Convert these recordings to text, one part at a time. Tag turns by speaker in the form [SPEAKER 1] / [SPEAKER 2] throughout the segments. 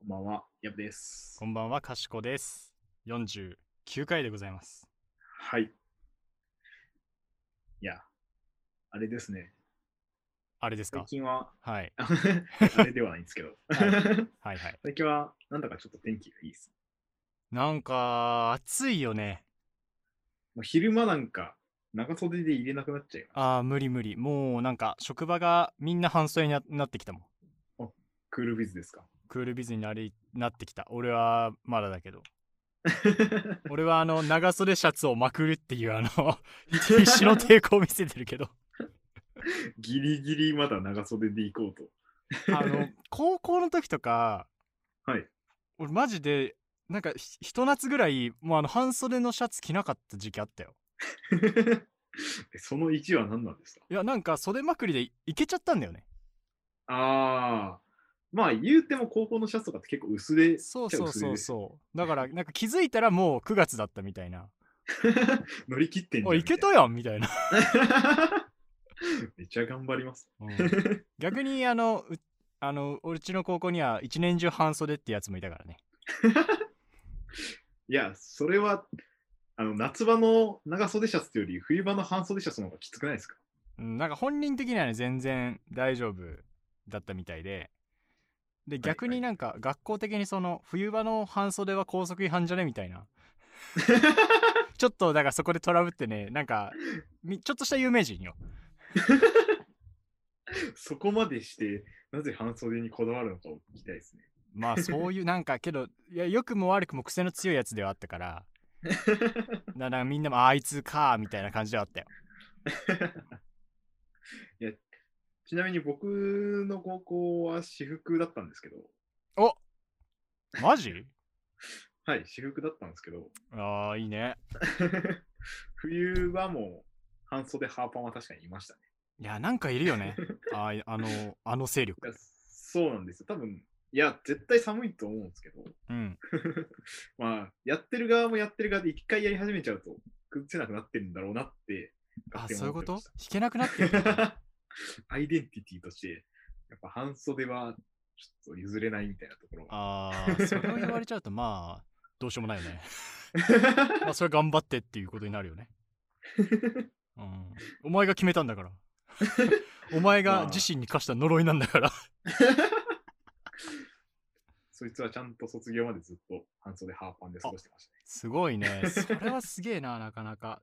[SPEAKER 1] こんばんは、やぶです。
[SPEAKER 2] こんばんは、かしこです。49回でございます。
[SPEAKER 1] はい。いや、あれですね。
[SPEAKER 2] あれです
[SPEAKER 1] 最
[SPEAKER 2] か
[SPEAKER 1] 近 は、
[SPEAKER 2] はい。
[SPEAKER 1] ああれではないんですけど、
[SPEAKER 2] ははいはい。
[SPEAKER 1] 最近は、なんだかちょっと天気がいいです。
[SPEAKER 2] なんか、暑いよね。
[SPEAKER 1] もう昼間なんか、長袖で入れなくなっちゃいます。
[SPEAKER 2] ああ、無理無理。もうなんか、職場がみんな半袖にななってきたもん。
[SPEAKER 1] クールビズですか。
[SPEAKER 2] クールビズになりなってきた。俺はまだだけど。俺はあの、長袖シャツをまくるっていうあ の、必死の抵抗を見せてるけど。
[SPEAKER 1] ギリギリまだ長袖で行こうと。
[SPEAKER 2] あの、高校の時とか、
[SPEAKER 1] はい。
[SPEAKER 2] 俺マジで、なんかひ、ひと夏ぐらい、もうあの、半袖のシャツ着なかった時期あったよ。
[SPEAKER 1] えその1は何なんですか
[SPEAKER 2] いやなんか袖まくりでいいけちゃったんだよね
[SPEAKER 1] ああ、まあ言うても高校のシャツとかって結構薄で、
[SPEAKER 2] そう
[SPEAKER 1] じゃあ
[SPEAKER 2] そう
[SPEAKER 1] 薄手
[SPEAKER 2] そう
[SPEAKER 1] です
[SPEAKER 2] そうだからなんか気づいたらもう9月だったみたいな
[SPEAKER 1] 乗り切ってんじゃ
[SPEAKER 2] お
[SPEAKER 1] ん
[SPEAKER 2] いけたやんみたいな、
[SPEAKER 1] めっちゃ頑張ります。
[SPEAKER 2] うん逆にあのうあのうちの高校には一年中半袖ってやつもいたからね
[SPEAKER 1] いや、それは、あの、夏場の長袖シャツというより、冬場の半袖シャツの方がきつくないですか
[SPEAKER 2] うんなんか本人的にはね全然大丈夫だったみたいでで逆になんか学校的にその冬場の半袖は校則違反じゃねみたいなちょっとだからそこでトラブってねなんかみちょっとした有名人よ
[SPEAKER 1] そこまでして、なぜ半袖にこだわるのかを聞きたいですね。
[SPEAKER 2] まあそういうなんかけどいや良くも悪くも癖の強いやつではあったからななんかみんなもああいつかみたいな感じではあったよ
[SPEAKER 1] ちなみに僕の高校は私服だったんですけど、
[SPEAKER 2] マジ
[SPEAKER 1] はい、私服だったんですけど、
[SPEAKER 2] ああいいね
[SPEAKER 1] 冬場も半袖ハーパンは確かにいましたね。
[SPEAKER 2] いやなんかいるよねあーあのあの勢
[SPEAKER 1] いや
[SPEAKER 2] 力
[SPEAKER 1] そうなんですよ。多分、いや、絶対寒いと思うんですけど、
[SPEAKER 2] うん
[SPEAKER 1] まあ、やってる側もやってる側で一回やり始めちゃうと、崩せなくなってるんだろうなって。勝
[SPEAKER 2] あ
[SPEAKER 1] 手に
[SPEAKER 2] そういう
[SPEAKER 1] 思
[SPEAKER 2] こ
[SPEAKER 1] ってま
[SPEAKER 2] と
[SPEAKER 1] した
[SPEAKER 2] 弾けなくなってる
[SPEAKER 1] アイデンティティとして、やっぱ半袖はちょっと譲れないみたいなところが。
[SPEAKER 2] ああそれを言われちゃうとまあどうしようもないよねまあそれ頑張ってっていうことになるよね、うん、お前が決めたんだからお前が自身に課した呪いなんだから
[SPEAKER 1] そいつはちゃんと卒業までずっと半袖ハーパンで過ごしてました
[SPEAKER 2] すごいねそれはすげえななかなか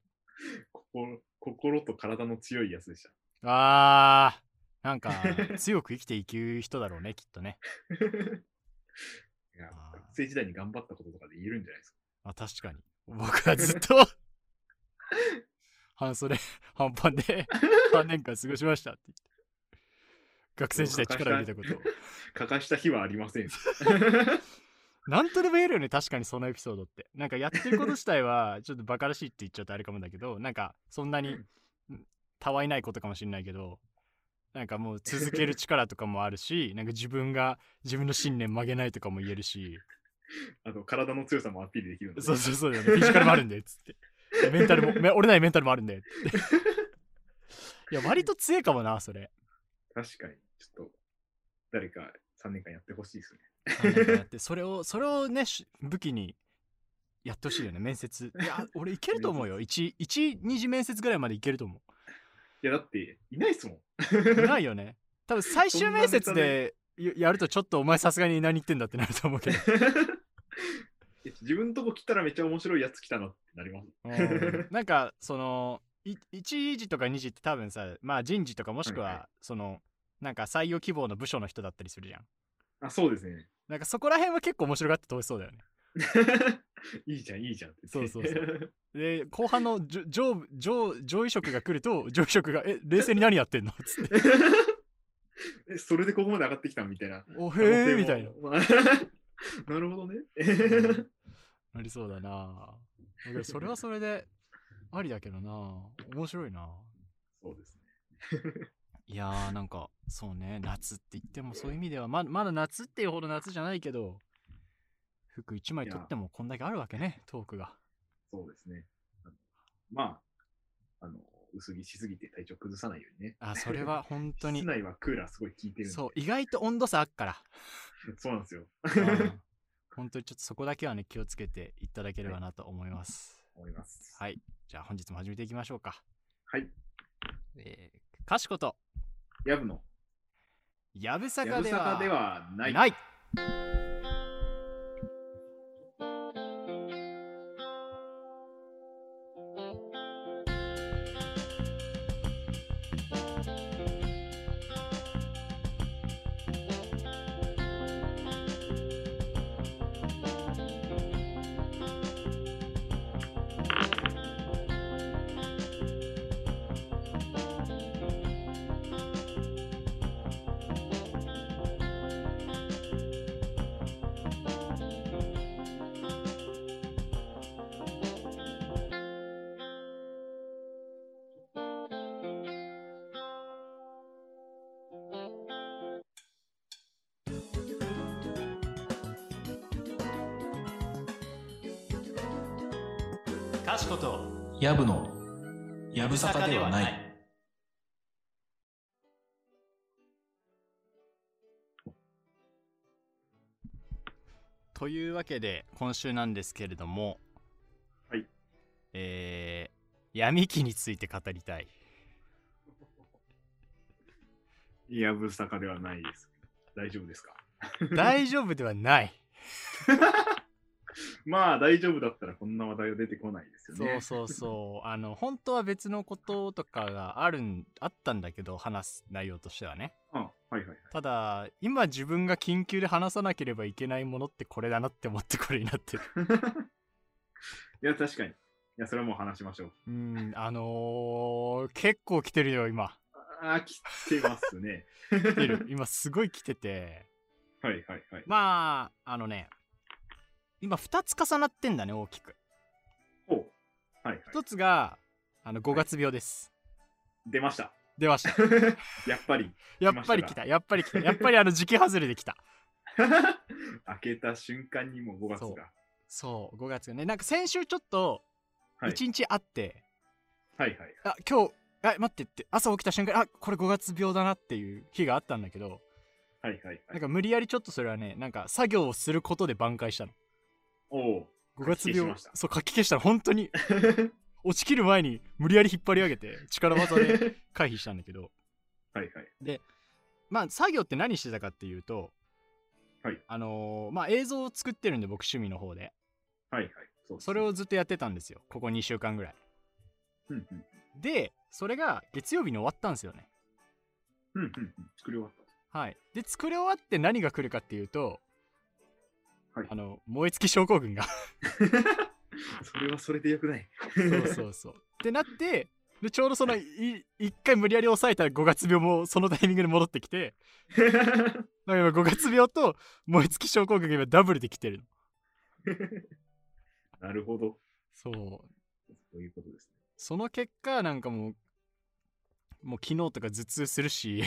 [SPEAKER 1] ね。心心と体の強いやつでした。
[SPEAKER 2] あーなんか強く生きていく人だろうねきっとね、
[SPEAKER 1] いや
[SPEAKER 2] あー
[SPEAKER 1] 学生時代に頑張ったこととかで言えるんじゃないですか。
[SPEAKER 2] まあ、確かに僕はずっと半袖半パンで3年間過ごしましたって言って学生時代力を入れたこと
[SPEAKER 1] 欠かした日はありません。
[SPEAKER 2] なんとでも言えるよね確かにそのエピソードってなんかやってること自体はちょっとバカらしいって言っちゃうとあれかもだけどなんかそんなにんたわいないことかもしれないけどなんかもう続ける力とかもあるしなんか自分が自分の信念曲げないとかも言えるし
[SPEAKER 1] あと、体の強さもアピールできるので。
[SPEAKER 2] そうそうそうだよね。フィジカルもあるんで、つって。メンタル も、め折れないメンタルもあるんで、って。いや、割と強いかもな、それ。
[SPEAKER 1] 確かに、ちょっと、誰か3年間やってほしいですね。
[SPEAKER 2] なんかやってそれを、それをね、し武器にやってほしいよね、面接。いや、俺いけると思うよ。1、1、2次面接ぐらいまでいけると思
[SPEAKER 1] いや、だって、いないっすもん。
[SPEAKER 2] う。ないよね。多分最終面接でややると、ちょっとお前さすがに何言ってんだってなると思うけど。
[SPEAKER 1] え自分のとこ来たらめっちゃ面白いやつ来たなってなります。
[SPEAKER 2] うんなんかそのい1時とか2時って多分さまあ人事とかもしく
[SPEAKER 1] はいは
[SPEAKER 2] はそのなんか採用希望の部署の人だったりするじゃん
[SPEAKER 1] あ、そうですね。
[SPEAKER 2] なんかそこら辺は結構面白がって通しそうだよね
[SPEAKER 1] いいじゃん、いいじゃんって
[SPEAKER 2] そうそうそう。で後半のじょ上部上上位職が来ると 上位職が「え冷静に何やってんの?」っ つ って
[SPEAKER 1] えそれでここまで上がってきたみたいな。
[SPEAKER 2] 「おへえ」み
[SPEAKER 1] 可
[SPEAKER 2] た
[SPEAKER 1] 能
[SPEAKER 2] いな
[SPEAKER 1] 性も。まあ なるほどね。
[SPEAKER 2] なり そうだなだけどそれはそれでありだけどな面白いな
[SPEAKER 1] そうですね。
[SPEAKER 2] いやーなんかそうね夏って言ってもそういう意味ではままだ夏っていうほど夏じゃないけど服1枚取ってもこんだけあるわけねトークが
[SPEAKER 1] そうですね。あのまあ、あの、薄着しすぎて体調崩さないようにね。
[SPEAKER 2] あそれは本
[SPEAKER 1] 室
[SPEAKER 2] 当 に
[SPEAKER 1] 内はクーラーすごい効いてるんで。
[SPEAKER 2] そう意外と温度差あっから
[SPEAKER 1] そうなんですよ。
[SPEAKER 2] うん 本当にちょっとそこだけはね、気をつけていただければなと思います。
[SPEAKER 1] 思います。
[SPEAKER 2] はい。じゃあ本日も始めていきましょうか。
[SPEAKER 1] はい。
[SPEAKER 2] えー、かしこと、
[SPEAKER 1] やぶの、
[SPEAKER 2] やぶさ
[SPEAKER 1] や
[SPEAKER 2] か
[SPEAKER 1] ぶ
[SPEAKER 2] で
[SPEAKER 1] さ
[SPEAKER 2] は
[SPEAKER 1] かではない。
[SPEAKER 2] ない。かしこと、
[SPEAKER 3] やぶの、やぶさかではない。
[SPEAKER 2] というわけで今週なんですけれども
[SPEAKER 1] はい
[SPEAKER 2] えー、闇期について語りたい
[SPEAKER 1] やぶさかではないです。大丈夫ですか
[SPEAKER 2] 大丈夫では ない
[SPEAKER 1] まあ大丈夫だったらこんな話題は出てこないですよ
[SPEAKER 2] そ
[SPEAKER 1] ね
[SPEAKER 2] う。そうそうあの本当は別のこととかがあるんあったんだけど話す内容としてはね
[SPEAKER 1] うんはいはいはい。
[SPEAKER 2] ただ今自分が緊急で話さなければいけないものってこれだなって思ってこれになってる
[SPEAKER 1] いや、確かに。いや、それはもう話しましょう。
[SPEAKER 2] うんあのー、結構来てるよ今
[SPEAKER 1] ああ、来てますね。
[SPEAKER 2] 来て る今すごい来てて
[SPEAKER 1] はいはいはい。
[SPEAKER 2] まああのね今2つ重なってんだね大きく
[SPEAKER 1] おうはいはい。
[SPEAKER 2] 一つがあの5月病です、
[SPEAKER 1] 出ました。
[SPEAKER 2] 出ました
[SPEAKER 1] やっぱり。
[SPEAKER 2] やっぱり来たやっぱり来たやっぱりあの時期外れで来た
[SPEAKER 1] 開けた瞬間にもう5月が。
[SPEAKER 2] そう5月がねなんか先週ちょっと
[SPEAKER 1] はい
[SPEAKER 2] 1日会って、
[SPEAKER 1] はいはい。
[SPEAKER 2] あ今日あ待ってって朝起きた瞬間あこれ5月病だなっていう日があったんだけど
[SPEAKER 1] はいはいは
[SPEAKER 2] なん
[SPEAKER 1] い。
[SPEAKER 2] か無理やりちょっとそれはねなんか作業をすることで挽回したの
[SPEAKER 1] おう
[SPEAKER 2] 5月
[SPEAKER 1] 書き消し
[SPEAKER 2] 病
[SPEAKER 1] ました
[SPEAKER 2] そう書き消したの本 当に落ちきる前に無理やり引っ張り上げて力技
[SPEAKER 1] はい
[SPEAKER 2] で回避したんだけど
[SPEAKER 1] はい。
[SPEAKER 2] まあ作業って何してたかっていうと、
[SPEAKER 1] はい
[SPEAKER 2] あのーまあ映像を作ってるんで僕趣味の方で
[SPEAKER 1] はいはい。そうです
[SPEAKER 2] それをずっとやってたんですよここ2週間ぐらい
[SPEAKER 1] うんうん
[SPEAKER 2] でそれが月曜日に終わったんですよね
[SPEAKER 1] うんうんうん。作り終わっ
[SPEAKER 2] はいで作り終わって何が来るかっていうと、
[SPEAKER 1] はい
[SPEAKER 2] あの燃え尽き症候群が
[SPEAKER 1] た。それはそれでよくない。
[SPEAKER 2] そうそうそうってなってでちょうどそのい一回無理やり抑えた5月病もそのタイミングで戻ってきてだから5月病と燃え尽き症候群が今ダブルで来てるの
[SPEAKER 1] なるほど。
[SPEAKER 2] そう
[SPEAKER 1] そういうことですね。
[SPEAKER 2] その結果なんかもうもう昨日とか頭痛する し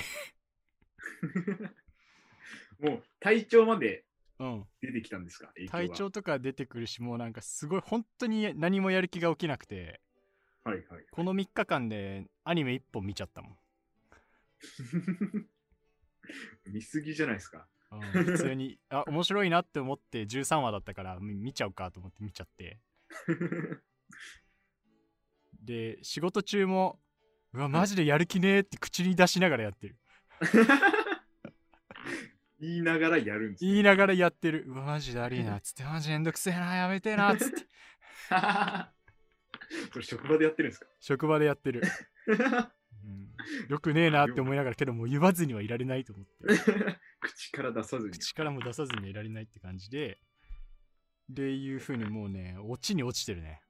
[SPEAKER 1] もう体調まで
[SPEAKER 2] うん
[SPEAKER 1] 出てきたんですか影響は
[SPEAKER 2] 体調とか出てくるしもうなんかすごい本当に何もやる気が起きなくて
[SPEAKER 1] はいはい。
[SPEAKER 2] この3日間でアニメ1本見ちゃったもん、
[SPEAKER 1] 見すぎじゃないですか。
[SPEAKER 2] うん普通にあ面白いなって思って13話だったからみ見ちゃうかと思って見ちゃってで仕事中もうわマジでやる気ねーって口に出しながらやってる
[SPEAKER 1] 言いながらやるん ですね。
[SPEAKER 2] 言いながらやってるうわマジだりーなっつってマジめんどくせえなやめてえなっつって
[SPEAKER 1] これ職場でやってるんですか
[SPEAKER 2] 職場でやってるうんよくねえなって思いながらけどもう言わずにはいられないと思って
[SPEAKER 1] 口から出さずに。
[SPEAKER 2] 口からも出さずにはいられないって感じででいうふうにもうね落ちに落ちてるね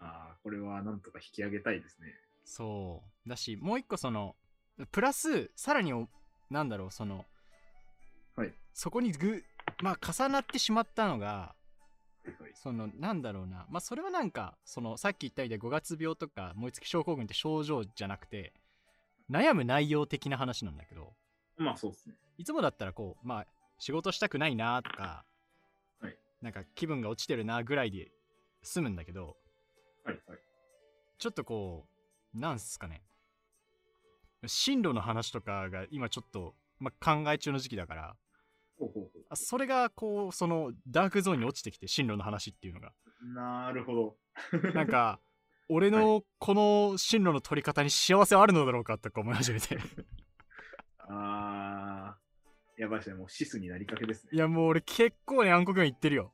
[SPEAKER 1] ああ、これはなんとか引き上げたいですね。
[SPEAKER 2] そうだしもう一個そのプラスさらにおなんだろうその、
[SPEAKER 1] はい
[SPEAKER 2] そこにぐまあ重なってしまったのが
[SPEAKER 1] はいはい
[SPEAKER 2] そのなんだろうなまあそれはなんかそのさっき言ったみたいに5月病とか燃え尽き症候群って症状じゃなくて悩む内容的な話なんだけど、
[SPEAKER 1] まあそうですね。
[SPEAKER 2] いつもだったらこう、まあ、仕事したくないなとか、
[SPEAKER 1] はい
[SPEAKER 2] なんか気分が落ちてるなぐらいで済むんだけど、
[SPEAKER 1] はいはい。
[SPEAKER 2] ちょっとこう、なんすかね、進路の話とかが今ちょっと、まあ、考え中の時期だから
[SPEAKER 1] ほうほうほ
[SPEAKER 2] あそれがこうそのダークゾーンに落ちてきて進路の話っていうのが
[SPEAKER 1] う。なるほど。
[SPEAKER 2] なんか俺のこの進路の取り方に幸せはあるのだろうかとか思い始めて
[SPEAKER 1] あー、やばいですね。もうシスになりかけです
[SPEAKER 2] い
[SPEAKER 1] ね。
[SPEAKER 2] やもう俺結構ね暗黒面行ってるよ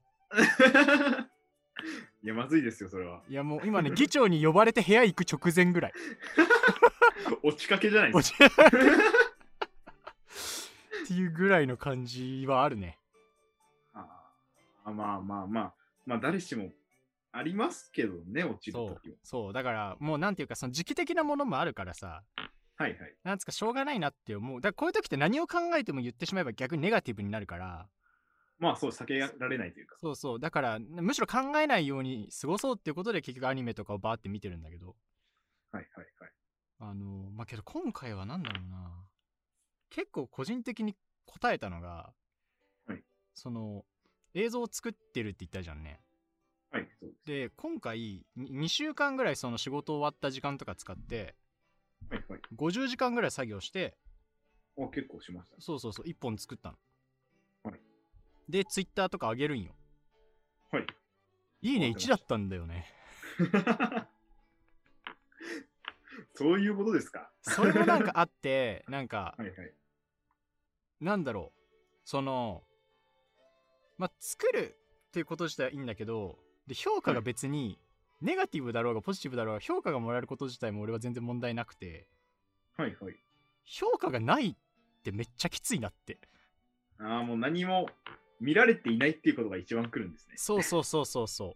[SPEAKER 1] いや、まずいですよ、それは。
[SPEAKER 2] いやもう今ね議長に呼ばれて部屋行く直前ぐらい
[SPEAKER 1] 落ちかけじゃないですか。
[SPEAKER 2] っていうぐらいの感じはあるね
[SPEAKER 1] あーまあまあまあ、まあ誰しもありますけどね、落ちる
[SPEAKER 2] そ
[SPEAKER 1] と
[SPEAKER 2] う
[SPEAKER 1] きは。
[SPEAKER 2] そうだからもうなんていうかその時期的なものもあるからさ
[SPEAKER 1] はいはい。
[SPEAKER 2] なんつうかしょうがないなって思うだからこういう時って何を考えても言ってしまえば逆にネガティブになるから
[SPEAKER 1] まあそう、避けられないというか。
[SPEAKER 2] そうそうだからむしろ考えないように過ごそうっていうことで結局アニメとかをバーって見てるんだけど
[SPEAKER 1] はいはいはい。
[SPEAKER 2] あのまあけど今回はなんだろうな結構個人的に答えたのが、
[SPEAKER 1] はい
[SPEAKER 2] その映像を作ってるって言ったじゃんね
[SPEAKER 1] はい、そうです。
[SPEAKER 2] で今回に2週間ぐらいその仕事終わった時間とか使って
[SPEAKER 1] はいはい。
[SPEAKER 2] 50時間ぐらい作業して
[SPEAKER 1] お結構しました。
[SPEAKER 2] そうそうそう1本作ったの、
[SPEAKER 1] はい
[SPEAKER 2] でツイッターとか上げるんよ
[SPEAKER 1] はい。
[SPEAKER 2] いいね
[SPEAKER 1] わかりまし
[SPEAKER 2] 1
[SPEAKER 1] た
[SPEAKER 2] だったんだよね
[SPEAKER 1] そういうことですか。
[SPEAKER 2] それもなんかあってなんか
[SPEAKER 1] はいはい。
[SPEAKER 2] なんだろうそのまあ作るっていうこと自体はいいんだけどで評価が別にネガティブだろうがポジティブだろうが評価がもらえること自体も俺は全然問題なくて
[SPEAKER 1] はいはい。
[SPEAKER 2] 評価がないってめっちゃきついなって
[SPEAKER 1] ああ、もう何も見られていないっていうことが一番来るんですね。
[SPEAKER 2] そうそうそうそうそう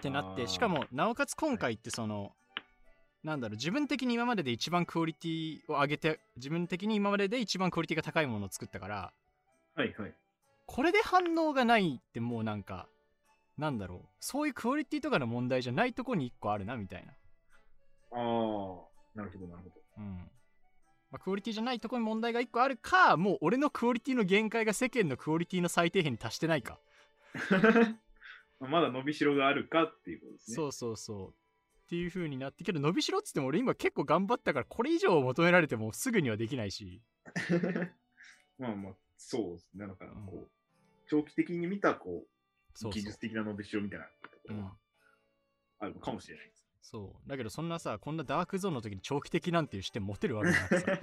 [SPEAKER 2] ってなっ
[SPEAKER 1] あ
[SPEAKER 2] て
[SPEAKER 1] ー
[SPEAKER 2] しかもなおかつ今回ってそのなんだろう自分的に今までで一番クオリティを上げて自分的に今までで一番クオリティが高いものを作ったから
[SPEAKER 1] はいはい。
[SPEAKER 2] これで反応がないってもうなんかなんだろうそういうクオリティとかの問題じゃないとこに一個あるなみたいな、
[SPEAKER 1] ああ、なるほどなるほど。
[SPEAKER 2] うんまあ、クオリティじゃないとこに問題が一個あるかもう俺のクオリティの限界が世間のクオリティの最低限に達してないか、
[SPEAKER 1] まだ伸びしろがあるかっていうことですね。
[SPEAKER 2] そうそうそうっていう風になってけど伸びしろっつっても俺今結構頑張ったからこれ以上求められてもすぐにはできないし
[SPEAKER 1] まあまあ、そうですね。なんか
[SPEAKER 2] うん
[SPEAKER 1] こう、長期的に見たこう
[SPEAKER 2] そう
[SPEAKER 1] 技
[SPEAKER 2] そう
[SPEAKER 1] 術的な伸びしろみたいなところ
[SPEAKER 2] うん
[SPEAKER 1] はあるのかもしれないです。
[SPEAKER 2] そうだけどそんなさこんなダークゾーンの時に長期的なんていう視点持てるわけじゃ なくさ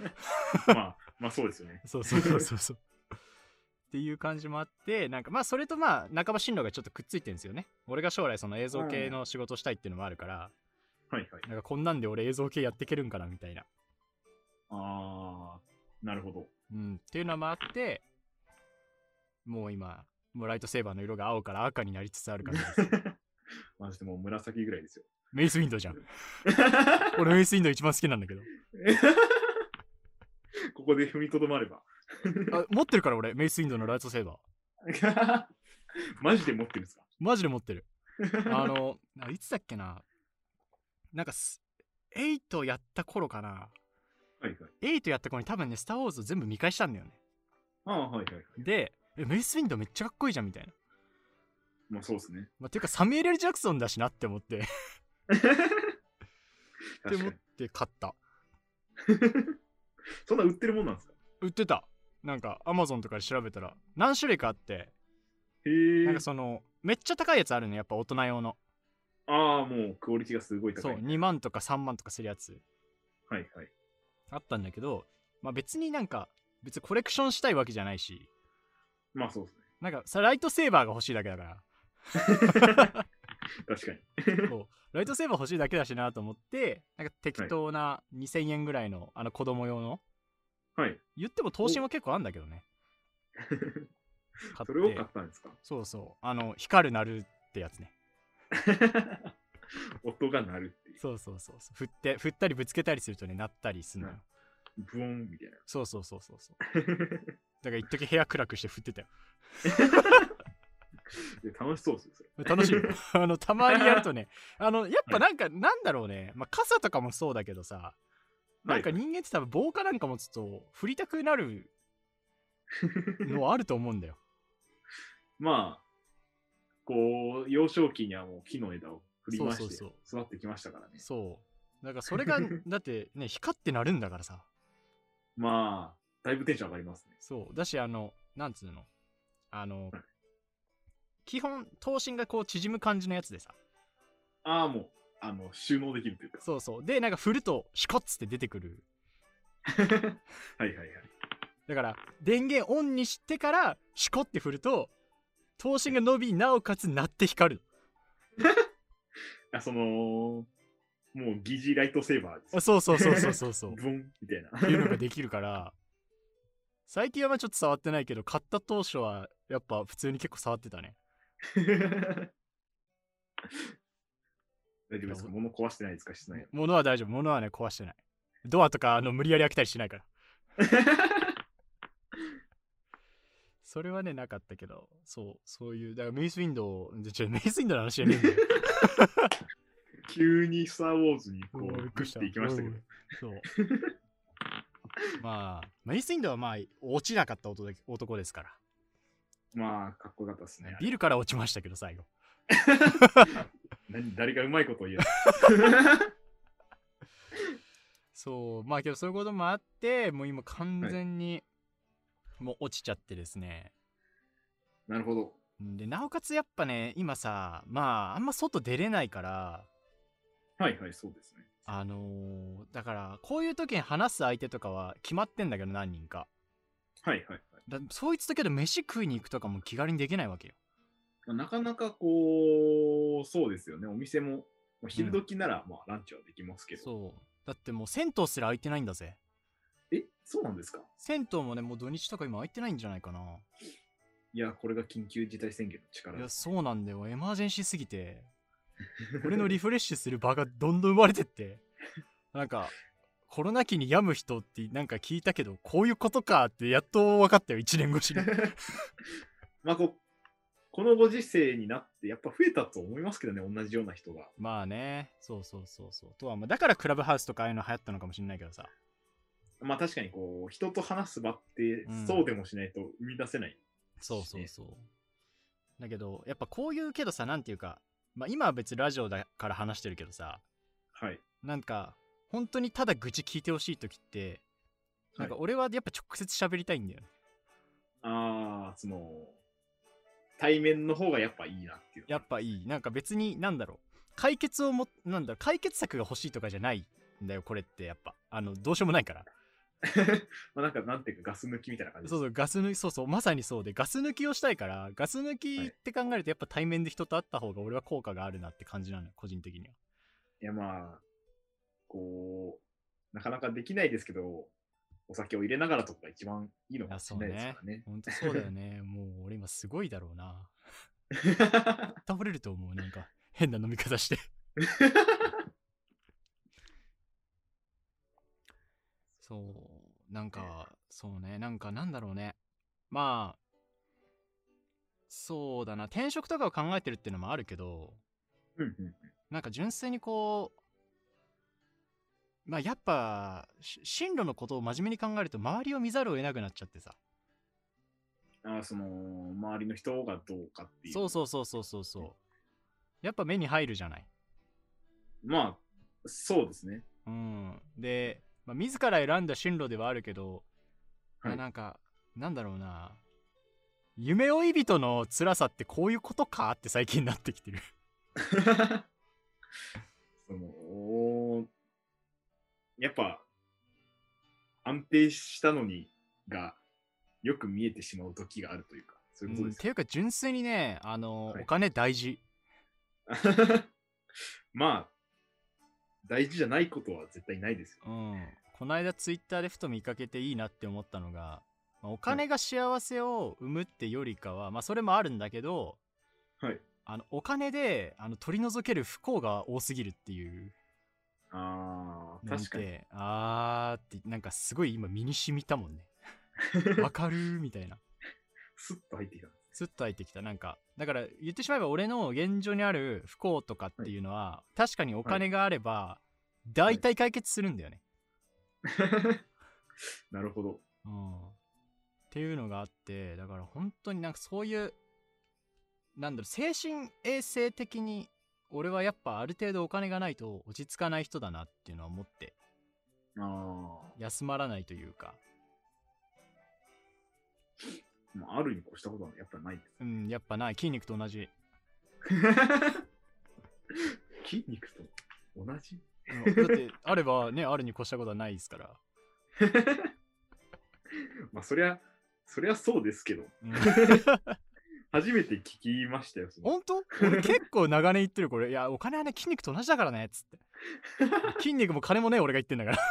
[SPEAKER 1] まあ、まあそうですよね。
[SPEAKER 2] そうそうそうそうそう。っていう感じもあって、なんかまあそれとまあ半ば進路がちょっとくっついてるんですよね。俺が将来その映像系の仕事したいっていうのもあるから、
[SPEAKER 1] はいはい。
[SPEAKER 2] なんかこんなんで俺映像系やっていけるんかなみたいな。
[SPEAKER 1] ああ、なるほど。
[SPEAKER 2] うん。っていうのもあって、もう今、もうライトセーバーの色が青から赤になりつつある感じです。
[SPEAKER 1] マジでもう紫ぐらいですよ。
[SPEAKER 2] メイスウィンドウじゃん。俺メイスウィンドウ一番好きなんだけど。
[SPEAKER 1] ここで踏みとどまれば。
[SPEAKER 2] あ持ってるから俺、メイスウィンドウのライトセーバー。
[SPEAKER 1] マジで持ってるんですか
[SPEAKER 2] マジで持ってる。あの、ないつだっけな。なんかす、8やった頃かな。
[SPEAKER 1] はいはい。
[SPEAKER 2] 8やった頃に多分ね「スター・ウォーズ」を全部見返したんだよね
[SPEAKER 1] ああ、はいはいはい。
[SPEAKER 2] でえメイス・ウィンドウめっちゃかっこいいじゃんみたいな、
[SPEAKER 1] まあそうですね。
[SPEAKER 2] まあ、ていうかサミュエル・エルジャクソンだしなって思ってって
[SPEAKER 1] 確か
[SPEAKER 2] 思
[SPEAKER 1] に。
[SPEAKER 2] って買った
[SPEAKER 1] そんな売ってるもんなんですか
[SPEAKER 2] 売ってたなんかアマゾンとかで調べたら何種類かあって
[SPEAKER 1] へ
[SPEAKER 2] なん
[SPEAKER 1] え
[SPEAKER 2] か。そのめっちゃ高いやつあるねやっぱ大人用の
[SPEAKER 1] ああ、もうクオリティがすごい高
[SPEAKER 2] そう
[SPEAKER 1] い。
[SPEAKER 2] 2万とか3万とかするやつ
[SPEAKER 1] はいはい。
[SPEAKER 2] あったんだけど、まあ、別になんか別にコレクションしたいわけじゃないし
[SPEAKER 1] まあそうですね。
[SPEAKER 2] なんかさライトセーバーが欲しいだけだから
[SPEAKER 1] 確かに。
[SPEAKER 2] そうライトセーバー欲しいだけだしなと思ってなんか適当な2000円ぐらいのあの子供用の
[SPEAKER 1] はい。
[SPEAKER 2] 言っても投資は結構あんだけどね買
[SPEAKER 1] それを買
[SPEAKER 2] っ
[SPEAKER 1] ってたんですか
[SPEAKER 2] そうそうあの光るなるってやつね
[SPEAKER 1] 音が鳴るっていう。
[SPEAKER 2] そうそうそうそう振って振ったりぶつけたりするとね鳴ったりするのよ、
[SPEAKER 1] うんブオンみたいな。
[SPEAKER 2] そうそうそうそうそうだから一時部屋暗くして振ってたよ
[SPEAKER 1] いや楽しそうですよ、それ。
[SPEAKER 2] 楽しいよあのたまにやるとねあのやっぱなんか、なんだろうね、まあ、傘とかもそうだけどさなんか人間って多分防火なんか持つと振りたくなるのはあると思うんだよ
[SPEAKER 1] まあ、こう、幼少期にはもう木の枝を振り回して
[SPEAKER 2] そうそう
[SPEAKER 1] 育ってきましたからね。
[SPEAKER 2] そうだからそれがだってね光ってなるんだからさ
[SPEAKER 1] まあ、だいぶテンション上がりますね。
[SPEAKER 2] そう。だし、あの、なんつうの。あの、基本、頭身がこう縮む感じのやつでさ。
[SPEAKER 1] ああ、もう、あの、収納できるというか。
[SPEAKER 2] そうそう。で、なんか振ると、シュコッつって出てくる。
[SPEAKER 1] はいはいはい。
[SPEAKER 2] だから、電源オンにしてから、シュコって振ると、頭身が伸び、なおかつ鳴って光る。
[SPEAKER 1] あ、その、もう疑似ライトセーバーです
[SPEAKER 2] あ
[SPEAKER 1] よ。
[SPEAKER 2] そうそうそうそうそうそう。っ
[SPEAKER 1] ブンみたい な。
[SPEAKER 2] ていうのができるから、最近はまあちょっと触ってないけど、買った当初は、やっぱ普通に結構触ってたね。
[SPEAKER 1] 大丈夫ですか物壊してないですか室 内。
[SPEAKER 2] 物は大丈夫。物はね、壊してない。ドアとか、あの、無理やり開けたりしないから。それはね、なかったけど、そう、そういう、だからメイスウィンドウ、じゃ違うメイスウィンドウの話じゃねえんだよ。
[SPEAKER 1] 急にスター・ウォーズにこ
[SPEAKER 2] うん
[SPEAKER 1] う、
[SPEAKER 2] びっく
[SPEAKER 1] グ
[SPEAKER 2] りし
[SPEAKER 1] ッ
[SPEAKER 2] た
[SPEAKER 1] ていきましたけど。
[SPEAKER 2] そう。まあ、メイスウィンドウはまあ、落ちなかった男だけ男ですから、
[SPEAKER 1] まあ、かっこよかったですね。
[SPEAKER 2] ビルから落ちましたけど、最後。
[SPEAKER 1] 何誰がうまいことを言う
[SPEAKER 2] そう、まあけどそういうこともあって、もう今完全に、もう落ちちゃってですね。
[SPEAKER 1] なるほど。
[SPEAKER 2] で、なおかつやっぱね、今さ、まあ、あんま外出れないから、
[SPEAKER 1] はいはい、そうですね。
[SPEAKER 2] あのーだから、こういう時に話す相手とかは決まってんだけど、何人か。
[SPEAKER 1] はいはいはい。
[SPEAKER 2] だそいつとけど飯食いに行くとかも気軽にできないわけよ。
[SPEAKER 1] まあなかなかこう、そうですよね。お店も、まあ、昼時なら、まあ、ランチはできますけど。
[SPEAKER 2] そう。だってもう銭湯すら空いてないんだぜ。
[SPEAKER 1] え、そうなんですか
[SPEAKER 2] 銭湯もね、もう土日とか今空いてないんじゃないかな。
[SPEAKER 1] いや、これが緊急事態宣言の力
[SPEAKER 2] い
[SPEAKER 1] で
[SPEAKER 2] や、
[SPEAKER 1] す。
[SPEAKER 2] そうなんだよ。エマージェンシーす ぎて。俺のリフレッシュする場がどんどん生まれてって。なんか、コロナ期に病む人ってなんか聞いたけど、こういうことかってやっと分かったよ、1年越しに。
[SPEAKER 1] まあこう、このご時世になって、やっぱ増えたと思いますけどね、同じような人が。
[SPEAKER 2] まあね、そうそうそうそう。とは、まあ、だからクラブハウスとかああいうの流行ったのかもしれないけどさ。
[SPEAKER 1] まあ確かにこう、人と話す場って
[SPEAKER 2] うん、
[SPEAKER 1] そうでもしないと生み出せない。
[SPEAKER 2] そうそうそう。だけど、やっぱこういうけどさ、なんていうか、まあ今は別にラジオだから話してるけどさ、
[SPEAKER 1] はい。
[SPEAKER 2] なんか、本当にただ愚痴聞いてほしい時って、なんか
[SPEAKER 1] はい
[SPEAKER 2] 俺はやっぱ直接喋りたいんだよね。
[SPEAKER 1] ああ、その、対面の方がやっぱいいなっていう。
[SPEAKER 2] やっぱいい。なんか別に、なんだろう。解決をも、なんだろう、解決策が欲しいとかじゃないんだよ、これってやっぱ。あの、どうしようもないから。
[SPEAKER 1] まあなんか、なんていうか、ガス抜きみたいな感じ
[SPEAKER 2] そう
[SPEAKER 1] う
[SPEAKER 2] そう、ガス抜き、そうそう、まさにそうで、ガス抜きをしたいから、ガス抜
[SPEAKER 1] は
[SPEAKER 2] き
[SPEAKER 1] い
[SPEAKER 2] って考えると、やっぱ対面で人と会った方が俺は効果があるなって感じなのよ、個人的には。
[SPEAKER 1] いや、まあ、こう、なかなかできないですけど、お酒を入れながらとかが一番いいのかもしれないですからね。
[SPEAKER 2] ほんとそうだよね。もう俺今すごいだろ うな。倒れると思う、なんか変な飲み方して。そう、なんか、そうね、なんかなんだろうね。まあ、そうだな、転職とかを考えてるっていうのもあるけど、
[SPEAKER 1] うんうん
[SPEAKER 2] なんか純粋にこう、まあやっぱ、し進路のことを真面目に考えると周りを見ざるを得なくなっちゃってさ。
[SPEAKER 1] あーその周りの人がどうかっていう。
[SPEAKER 2] そうそうそうそうそうそう。やっぱ目に入るじゃない。
[SPEAKER 1] まあ、そうですね。
[SPEAKER 2] うん、で、まあ、自ら選んだ進路ではあるけど、まあ
[SPEAKER 1] はい
[SPEAKER 2] なんかなんだろうな夢追い人の辛さってこういうことかって最近なってきてる
[SPEAKER 1] そのやっぱ、安定したのにがよく見えてしまう時があるというか、そうういうこと
[SPEAKER 2] んっ
[SPEAKER 1] です
[SPEAKER 2] ていうか純粋にねあの、
[SPEAKER 1] はい
[SPEAKER 2] お金大事
[SPEAKER 1] か。 まあ、大事じゃないことは絶対ないですよ。
[SPEAKER 2] うんこの間ツイッターでふと見かけていいなって思ったのが、まあお金が幸せを生むってよりかは、まあそれもあるんだけど
[SPEAKER 1] はい。
[SPEAKER 2] あのお金であの取り除ける不幸が多すぎるっていう
[SPEAKER 1] ああ、
[SPEAKER 2] のを見
[SPEAKER 1] 確かに。
[SPEAKER 2] てあーってなんかすごい今身に染みたもん ねわかるーみたいな
[SPEAKER 1] スッと入ってきたんです。
[SPEAKER 2] スッと入ってきたなんかだから言ってしまえば俺の現状にある不幸とかっていうのは、確かにお金があれば大体解決するんだよね、
[SPEAKER 1] なるほど。
[SPEAKER 2] うん、っていうのがあってだから本当になんかそういうなんだろう精神衛生的に俺はやっぱある程度お金がないと落ち着かない人だなっていうのは思って
[SPEAKER 1] ああ、
[SPEAKER 2] 休まらないというか
[SPEAKER 1] まあ、あるに越したことはやっぱないです。
[SPEAKER 2] うん、やっぱない。筋肉と同じ。
[SPEAKER 1] 筋肉と同じ
[SPEAKER 2] うんだって、あればね、あるに越したことはないですから。
[SPEAKER 1] まあ、そりゃ、そりゃそうですけど、
[SPEAKER 2] うん
[SPEAKER 1] 初めて聞きましたよ。その
[SPEAKER 2] 本当俺結構長年言ってる、これ。いや、お金はね、筋肉と同じだからね、つって。筋肉も金もね、俺が言ってんだから。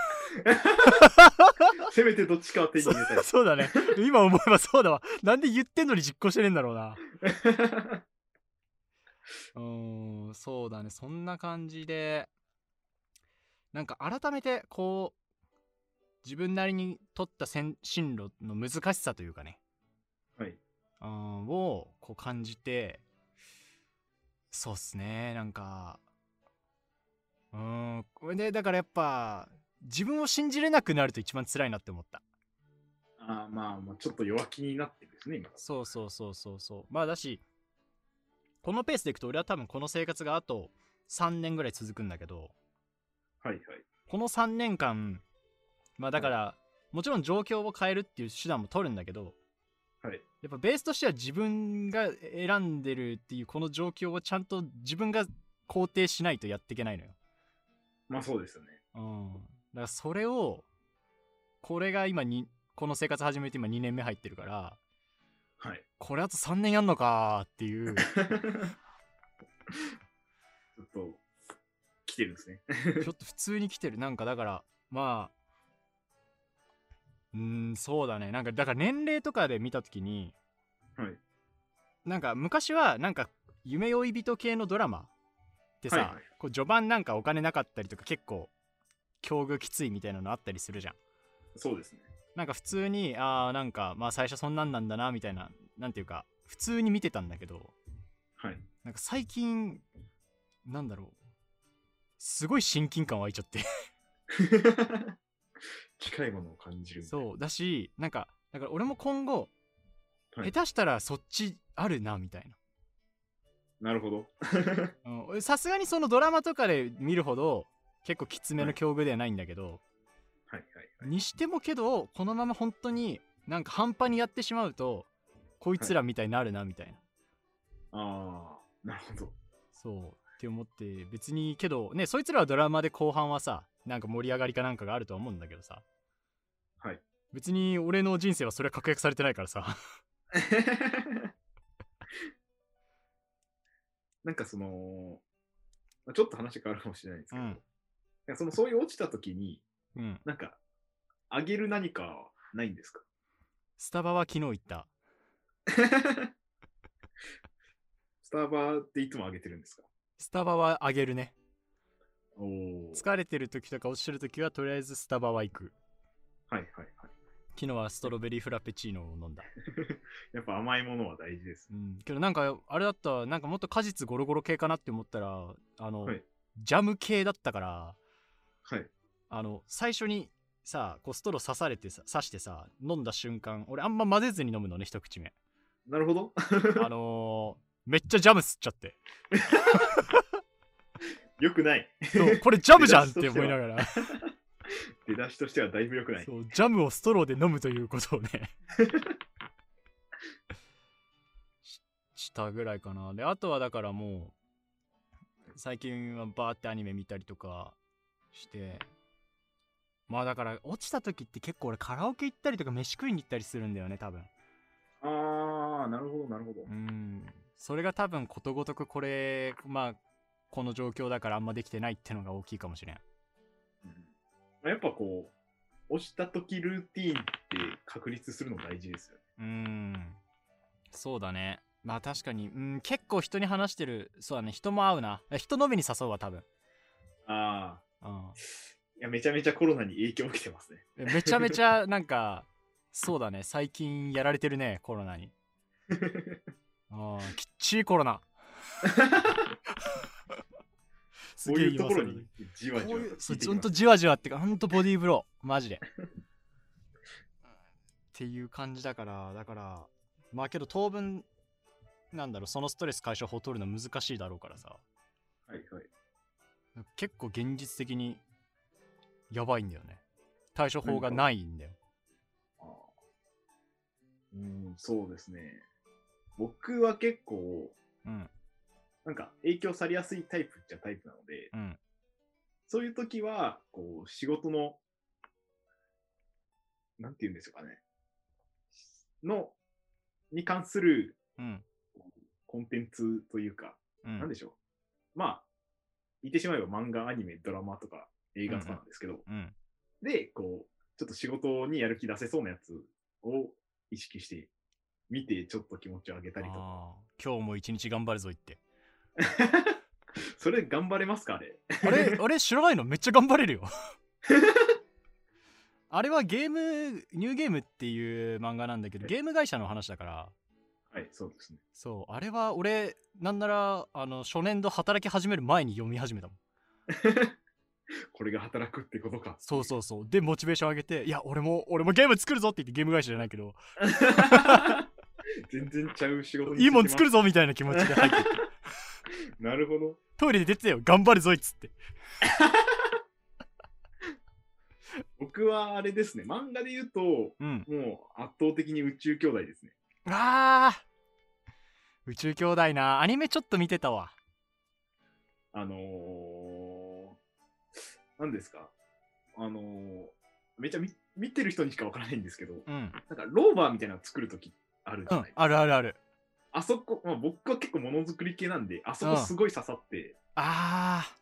[SPEAKER 1] せめてどっちかは手に入れたいです。
[SPEAKER 2] そうだね。今思えばそうだわ。なんで言ってんのに実行してねえんだろうな。うーん、そうだね。そんな感じで、なんか改めて、こう、自分なりに取った線進路の難しさというかね、
[SPEAKER 1] はい。
[SPEAKER 2] うん、をこう感じて、そうっすね。なんか、うーん、これで、だからやっぱ、自分を信じれなくなると一番辛いなって思った。
[SPEAKER 1] あーまあ、まあ、ちょっと弱気になってるんですね、今。
[SPEAKER 2] そうそうそうそうそうまあだしこのペースでいくと俺は多分この生活があと3年ぐらい続くんだけど
[SPEAKER 1] はいはい。
[SPEAKER 2] この3年間まあだから、もちろん状況を変えるっていう手段も取るんだけど
[SPEAKER 1] はい。
[SPEAKER 2] やっぱベースとしては自分が選んでるっていうこの状況をちゃんと自分が肯定しないとやっていけないのよ。
[SPEAKER 1] まあ、そうですよね。
[SPEAKER 2] うん、だからそれをこれが今にこの生活始めて今2年目入ってるから
[SPEAKER 1] はい。
[SPEAKER 2] これあと3年やんのかーっていう。
[SPEAKER 1] ちょっと、来てるんですね。
[SPEAKER 2] ちょっと普通に来てる。なんかだから、まあ、うーん、そうだね。なんか、だから年齢とかで見たときに、
[SPEAKER 1] はい
[SPEAKER 2] なんか昔は、なんか、夢追い人系のドラマってさ、
[SPEAKER 1] はいはい
[SPEAKER 2] こう序盤なんかお金なかったりとか結構、境遇きついみたいなのあったりするじゃん。
[SPEAKER 1] そうですね。
[SPEAKER 2] なんか普通に、ああ、なんか、まあ最初そんなんなんだな、みたいな、なんていうか、普通に見てたんだけど、
[SPEAKER 1] はい。
[SPEAKER 2] なんか最近、なんだろう、すごい親近感湧いちゃって。
[SPEAKER 1] 近いものを感じる。
[SPEAKER 2] そうだしなんかだから俺も今後、
[SPEAKER 1] はい
[SPEAKER 2] 下手したらそっちあるなみたい
[SPEAKER 1] なるほど。
[SPEAKER 2] なうん俺さすがにそのドラマとかで見るほど結構きつめの境遇ではないんだけど、
[SPEAKER 1] はいはい。
[SPEAKER 2] にしてもけどこのまま本当になんか半端にやってしまうとこいつらみたいになるなみたいな、
[SPEAKER 1] ああ、なるほ ど。
[SPEAKER 2] そうって思って別にけどねそいつらはドラマで後半はさなんか盛り上がりかなんかがあるとは思うんだけどさ
[SPEAKER 1] はい
[SPEAKER 2] 別に俺の人生はそれは確約されてないからさ
[SPEAKER 1] なんかその、まあちょっと話変わるかもしれないですけど、
[SPEAKER 2] うん
[SPEAKER 1] なんかそのそういう落ちた時に、
[SPEAKER 2] うん
[SPEAKER 1] なんか、あげる何かはないんです か
[SPEAKER 2] スタバは昨日行った
[SPEAKER 1] スタバっていつもあげてるんですか
[SPEAKER 2] スタバはあげるね
[SPEAKER 1] おお。
[SPEAKER 2] 疲れてる時とか落ちてる時はとりあえずスタバは行く
[SPEAKER 1] はいはいはい。
[SPEAKER 2] 昨日はストロベリーフラペチーノを飲んだ
[SPEAKER 1] やっぱ甘いものは大事ですね。
[SPEAKER 2] うんけどなんかあれだったなんかもっと果実ゴロゴロ系かなって思ったらあの、
[SPEAKER 1] はい
[SPEAKER 2] ジャム系だったから
[SPEAKER 1] はい。
[SPEAKER 2] あの最初にさこうストロー刺されてさ刺してさ飲んだ瞬間俺あんま混ぜずに飲むのね一 口目
[SPEAKER 1] なるほど。
[SPEAKER 2] あのー、めっちゃジャム吸っちゃって
[SPEAKER 1] よくない。
[SPEAKER 2] そうこれジャムじゃんって思いながら
[SPEAKER 1] 出だしとしてはだいぶよくない。
[SPEAKER 2] そうジャムをストローで飲むということ をねししたぐらいかなであとはだからもう最近はバーってアニメ見たりとかしてまあだから落ちた時って結構俺カラオケ行ったりとか飯食いに行ったりするんだよね多分
[SPEAKER 1] ああ、なるほど、なるほど
[SPEAKER 2] う。んそれが多分ことごとくこれまあこの状況だからあんまできてないってのが大きいかもしれん
[SPEAKER 1] うんまあやっぱこう、押したときルーティーンって確立するの大事ですよね。
[SPEAKER 2] うーんそうだねまあ確かにうん結構人に話してるそうだね人も会うな人のみに誘うわ多分、
[SPEAKER 1] ああ、
[SPEAKER 2] うん
[SPEAKER 1] いやめちゃめちゃコロナに影響を受けてますね。
[SPEAKER 2] え、めちゃめちゃなんかそうだね最近やられてるねコロナ にあーきっちいコロ ナす
[SPEAKER 1] こう
[SPEAKER 2] げえ
[SPEAKER 1] いう
[SPEAKER 2] 言
[SPEAKER 1] と
[SPEAKER 2] わ
[SPEAKER 1] こ
[SPEAKER 2] せ
[SPEAKER 1] ろ
[SPEAKER 2] る
[SPEAKER 1] にじわじ
[SPEAKER 2] こ
[SPEAKER 1] わ
[SPEAKER 2] ういうそうほん
[SPEAKER 1] と
[SPEAKER 2] とじわじわってかほんとボディーブローマジでっていう感じだからだからまあけど当分なんだろうそのストレス解消法を取るの難しいだろうからさ
[SPEAKER 1] はいはい。
[SPEAKER 2] 結構現実的にやばいんだよね対処法がないんだよ
[SPEAKER 1] あーうん、そうですね。僕は結構、
[SPEAKER 2] うん
[SPEAKER 1] なんか影響されやすいタイプっちゃタイプなので、
[SPEAKER 2] うん
[SPEAKER 1] そういう時は、こう、仕事の、なんて言うんでしょうかね。の、に関する
[SPEAKER 2] うん
[SPEAKER 1] コンテンツというか、
[SPEAKER 2] う
[SPEAKER 1] なん
[SPEAKER 2] ん
[SPEAKER 1] でしょう。まあ、言ってしまえば漫画、アニメ、ドラマとか映画とかなんですけど、
[SPEAKER 2] うん
[SPEAKER 1] で、こう、ちょっと仕事にやる気出せそうなやつを意識して、見てちょっと気持ちを上げたりとか。
[SPEAKER 2] あー今日も一日頑張るぞ言って
[SPEAKER 1] それ頑張れますか あれ。
[SPEAKER 2] あれあれ知らないのめっちゃ頑張れるよ あれはゲーム「ニューゲーム」っていう漫画なんだけどゲーム会社の話だから
[SPEAKER 1] はい、そうですね。
[SPEAKER 2] そうあれは俺なんならあの初年度働き始める前に読み始めたもん
[SPEAKER 1] これが働くってことか。
[SPEAKER 2] そうそうそうでモチベーション上げていや俺も俺もゲーム作るぞって言ってゲーム会社じゃないけど
[SPEAKER 1] 全然ちゃう仕事
[SPEAKER 2] いいもん作
[SPEAKER 1] る
[SPEAKER 2] るぞみたいな気持ちで入ってって
[SPEAKER 1] なるほど。
[SPEAKER 2] トイレで出てたよ頑張るぞいっつって
[SPEAKER 1] 僕はあれですね、漫画で言うと、
[SPEAKER 2] うん
[SPEAKER 1] もう圧倒的に宇宙兄弟ですね。
[SPEAKER 2] あー宇宙兄弟なアニメちょっと見てたわ
[SPEAKER 1] あのー、何ですかあのー、めっちゃ見見てる人にしかわからないんですけど、
[SPEAKER 2] うん、
[SPEAKER 1] なんかローバーみたいなの作るときあるじ
[SPEAKER 2] う
[SPEAKER 1] ゃない
[SPEAKER 2] ん、あるあるある
[SPEAKER 1] あそこ、まあ、僕は結構ものづくり系なんで、あそこすごい刺さって、
[SPEAKER 2] ああ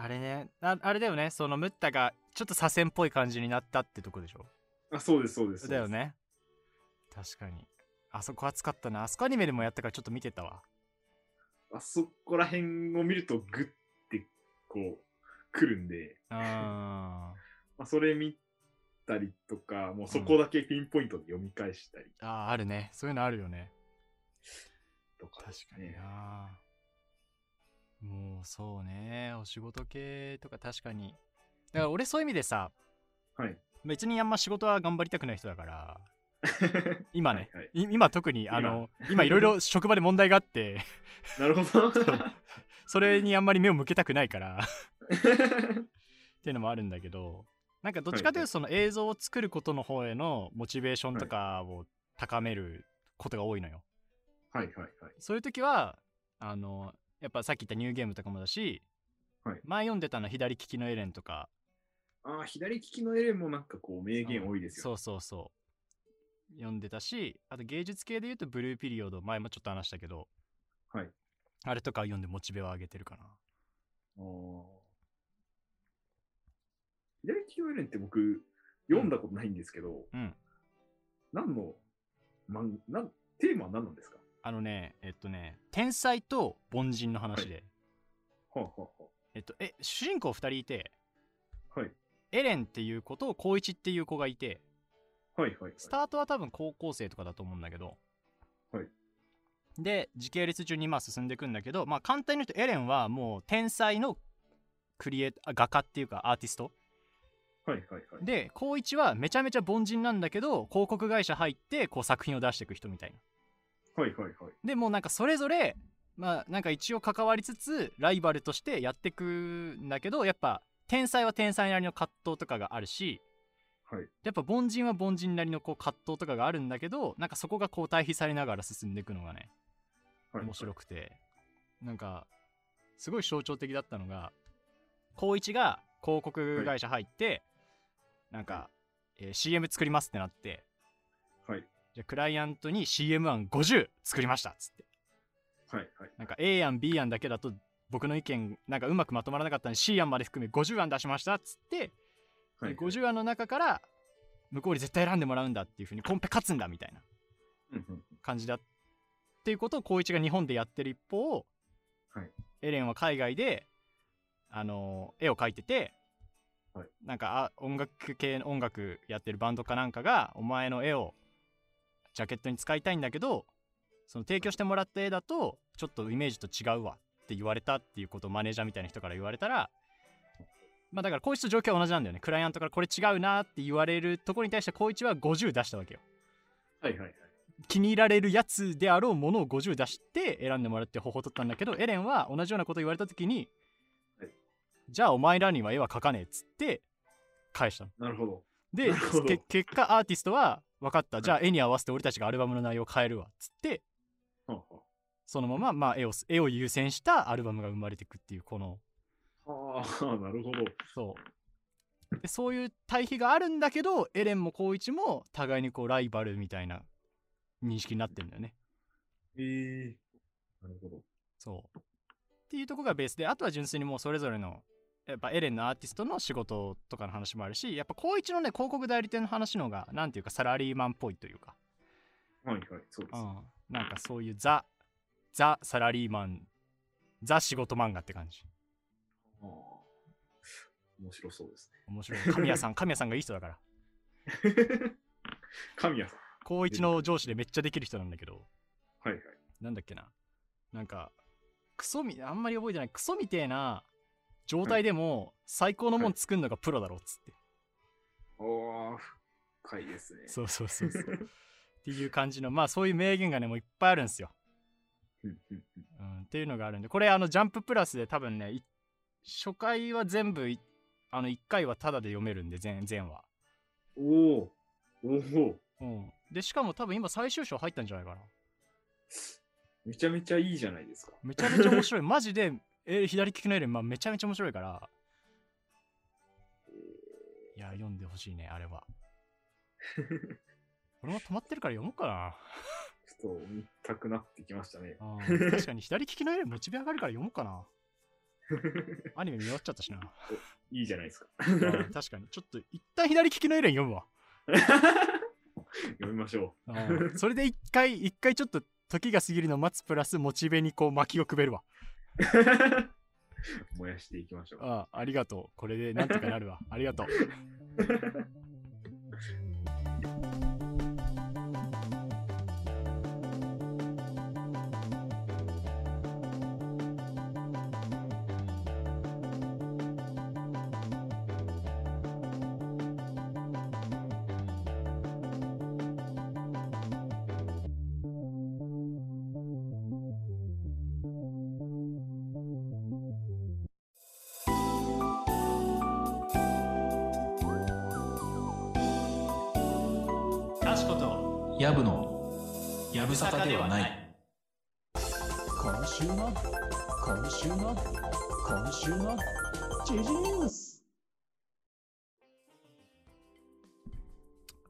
[SPEAKER 2] あれねああれだよねそのムッタがちょっと左遷っぽい感じになったってとこでしょ
[SPEAKER 1] あそうです、そうです。
[SPEAKER 2] だよね確かにあそこ熱かったなあそこアニメでもやったからちょっと見て たわ
[SPEAKER 1] そうです。あそこら辺を見るとグッてこう、来るんで、
[SPEAKER 2] うーん
[SPEAKER 1] まあ、それ見たりとか、もうそこだけピンポイントで読み返したり
[SPEAKER 2] あーあるねそういうのあるよね
[SPEAKER 1] とか、
[SPEAKER 2] 確かにな、もうそうねお仕事系とか確かにだから俺そういう意味でさ
[SPEAKER 1] はい。
[SPEAKER 2] 別にあんま仕事は頑張りたくない人だから今ね、
[SPEAKER 1] はいはい
[SPEAKER 2] い今特にあの今いろいろ職場で問題があって
[SPEAKER 1] なるほ ど。
[SPEAKER 2] それにあんまり目を向けたくないから っていうのもあるんだけどなんかどっちかという
[SPEAKER 1] はいは
[SPEAKER 2] とその映像を作ることの方へのモチベーションとかを高めることが多いのよ。
[SPEAKER 1] はいはいはい。
[SPEAKER 2] そういう時はあのやっぱさっき言ったニューゲームとかもだし、
[SPEAKER 1] はい
[SPEAKER 2] 前読んでたのは左利きのエレンとか
[SPEAKER 1] ああ、左利きのエレンもなんかこう、名言多いですよ、ね
[SPEAKER 2] そうそうそう読んでたしあと芸術系で言うとブルーピリオド前もちょっと話したけど、
[SPEAKER 1] はい
[SPEAKER 2] あれとか読んでモチベを上げてるかな。
[SPEAKER 1] あー左利きのエレンって僕、読んだことないんですけど、
[SPEAKER 2] うん
[SPEAKER 1] 何の、まんなんテーマは何なんですか
[SPEAKER 2] あのねえっとね天才と凡人の話で。
[SPEAKER 1] はあ、はあは
[SPEAKER 2] えっと、え、主人公2人いて、
[SPEAKER 1] あ、はい。
[SPEAKER 2] エレンっていう子と光一っていう子がいて、
[SPEAKER 1] はいはい、はい。
[SPEAKER 2] スタートは多分高校生とかだと思うんだけど、
[SPEAKER 1] はい。
[SPEAKER 2] で、時系列順にまあ進んでいくんだけど、まあ簡単に言うとエレンはもう天才のクリエイター、画家っていうかアーティスト。
[SPEAKER 1] はいはいはい。
[SPEAKER 2] で、光一はめちゃめちゃ凡人なんだけど、広告会社入ってこう作品を出していく人みたいな。
[SPEAKER 1] はいはいはい。
[SPEAKER 2] で、もうなんかそれぞれ、まあなんか一応関わりつつ、ライバルとしてやっていくんだけど、やっぱ天才は天才なりの葛藤とかがあるし、
[SPEAKER 1] はい。
[SPEAKER 2] やっぱ凡人は凡人なりのこう葛藤とかがあるんだけどなんかそこがこう対比されながら進んでいくのがね
[SPEAKER 1] はい、
[SPEAKER 2] 面白くてなんかすごい象徴的だったのが光一が広告会社入ってなんか、えー CM 作りますってなって
[SPEAKER 1] はい。
[SPEAKER 2] じゃあクライアントに CM 案50作りましたっつって
[SPEAKER 1] はいはい。
[SPEAKER 2] なんか A 案 B 案だけだと僕の意見なんかうまくまとまらなかったんで C 案まで含め50案出しましたっつって
[SPEAKER 1] はい、
[SPEAKER 2] で50案の中から向こうに絶対選んでもらうんだっていうふうにコンペ勝つんだみたいな
[SPEAKER 1] うんうん
[SPEAKER 2] 感じだっていうことを光一が日本でやってる一方、
[SPEAKER 1] はい
[SPEAKER 2] エレンは海外で、あのー絵を描いてて、
[SPEAKER 1] はい
[SPEAKER 2] なんかあ音楽系の音楽やってるバンドかなんかがお前の絵をジャケットに使いたいんだけどその提供してもらった絵だとちょっとイメージと違うわって言われたっていうことをマネージャーみたいな人から言われたらまあだから光一と状況は同じなんだよねクライアントからこれ違うなって言われるところに対して光一は50出したわけよ
[SPEAKER 1] はいはいはい。
[SPEAKER 2] 気に入られるやつであろうものを50出して選んでもらうって方法を取ったんだけどエレンは同じようなこと言われた時に
[SPEAKER 1] はい
[SPEAKER 2] 「じゃあお前らには絵は描かねえ」っつって返したの。
[SPEAKER 1] なるほど。
[SPEAKER 2] で
[SPEAKER 1] なるほど
[SPEAKER 2] け結果アーティストは分かったじゃあ絵に合わせて俺たちがアルバムの内容を変えるわっつって
[SPEAKER 1] は
[SPEAKER 2] そのまままあ絵を絵を優先したアルバムが生まれてくっていうこの
[SPEAKER 1] あはあ、 なるほど。
[SPEAKER 2] そうでそういう対比があるんだけどエレンも光一も互いにこうライバルみたいな認識になってるんだよね
[SPEAKER 1] ええなるほど。
[SPEAKER 2] そう。っていうとこがベースで、あとは純粋にもうそれぞれの、やっぱエレンのアーティストの仕事とかの話もあるし、やっぱ高一のね、広告代理店の話の方が、なんていうかサラリーマンっぽいというか、
[SPEAKER 1] はいはい、そうで
[SPEAKER 2] う
[SPEAKER 1] す。
[SPEAKER 2] ん、なんかそういうザ、ザサラリーマン、ザ仕事漫画って感じ。
[SPEAKER 1] ああ面白そうです
[SPEAKER 2] 面 白い。神谷さん、神谷さんがいい人だから。
[SPEAKER 1] ね。神谷さん。
[SPEAKER 2] 高一の上司でめっちゃできる人なんだけど、
[SPEAKER 1] はいはい。
[SPEAKER 2] なんだっけな。なんか、クソみ、あんまり覚えてない、クソみてえな状態でも最高のもん作るのがプロだろっつって。
[SPEAKER 1] おお、深いですね。
[SPEAKER 2] そうそうそう そう。っていう感じの、まあそういう名言がね、もういっぱいあるんですよ。
[SPEAKER 1] うんうんうん
[SPEAKER 2] うん、っていうのがあるんで、これ、あの、ジャンププラスで多分ね、い初回は全部い、あの、1回はタダで読めるんで、全全話。
[SPEAKER 1] おお、おお、
[SPEAKER 2] うん。で、しかも多分今最終章入ったんじゃないかな。
[SPEAKER 1] めちゃめちゃいいじゃないですか。
[SPEAKER 2] めちゃめちゃ面 白い。マジで、えー左利きのエレン、まあ、めちゃめちゃ面白いから。いや、読んでほしいね、あ れは。俺も止まってるから読もうかな。
[SPEAKER 1] ちょっと見たくなってきましたね。
[SPEAKER 2] あー確かに左利きのエレンモチベ上がるから読もうか な。アニメ見終わっちゃった しな。
[SPEAKER 1] いいじゃないです か。
[SPEAKER 2] うん確かに。ちょっと一旦左利きのエレン読むわ。
[SPEAKER 1] 読みましょ
[SPEAKER 2] うんそれで一回、一回ちょっと時が過ぎるのを待つプラスモチベにこう薪をくべるわ。
[SPEAKER 1] う。 燃やしていきましょう。
[SPEAKER 2] ああありがとう。これでなんとかなる わ。ありがとう。
[SPEAKER 3] かしことやぶのやぶさかではない
[SPEAKER 4] 今週の今週の今週のジジニュース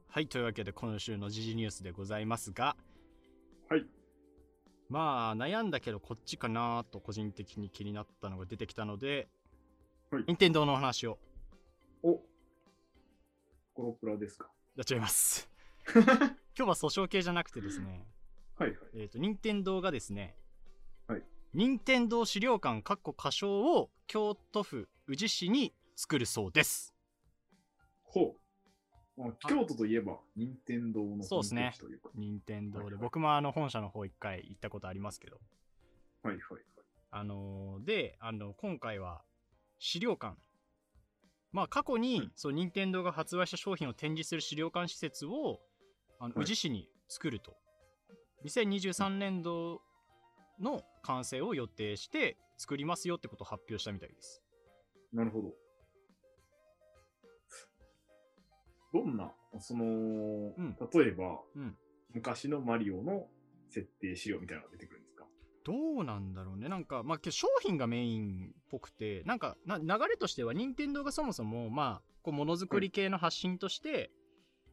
[SPEAKER 2] はい、というわけで今週の時事ニュースでございますが、
[SPEAKER 1] はい。
[SPEAKER 2] まあ悩んだけどこっちかなと個人的に気になったのが出てきたので、
[SPEAKER 1] はい
[SPEAKER 2] 任天堂のお話を
[SPEAKER 1] おコロプラですか。
[SPEAKER 2] やっちゃい ます。今日は訴訟系じゃなくてですね、
[SPEAKER 1] はいはい。
[SPEAKER 2] えっ、と、任天堂がですね、
[SPEAKER 1] はい
[SPEAKER 2] 任天堂資料館、かっこ仮称を京都府宇治市に作るそうです。
[SPEAKER 1] ほう。あ京都といえば、任天堂の
[SPEAKER 2] そうですね
[SPEAKER 1] 本拠地というか。
[SPEAKER 2] 任天堂
[SPEAKER 1] はい
[SPEAKER 2] で、
[SPEAKER 1] はい
[SPEAKER 2] 僕もあの本社の方一回行ったことありますけど、
[SPEAKER 1] はいはいはい。
[SPEAKER 2] あのーで、あの、今回は資料館。まあ、過去に、
[SPEAKER 1] うん
[SPEAKER 2] そう、任天堂が発売した商品を展示する資料館施設を、あの
[SPEAKER 1] はい
[SPEAKER 2] 宇治市に作ると。2023年度の完成を予定して作りますよってことを発表したみたいです。
[SPEAKER 1] なるほど。どんな、その、
[SPEAKER 2] ん
[SPEAKER 1] 例えば、
[SPEAKER 2] うん
[SPEAKER 1] 昔のマリオの設定資料みたいなのが出てくるんですか
[SPEAKER 2] どうなんだろうねなんかまあけど商品がメインっぽくてなんかな流れとしては任天堂がそもそもまあこうものづくり系の発信として、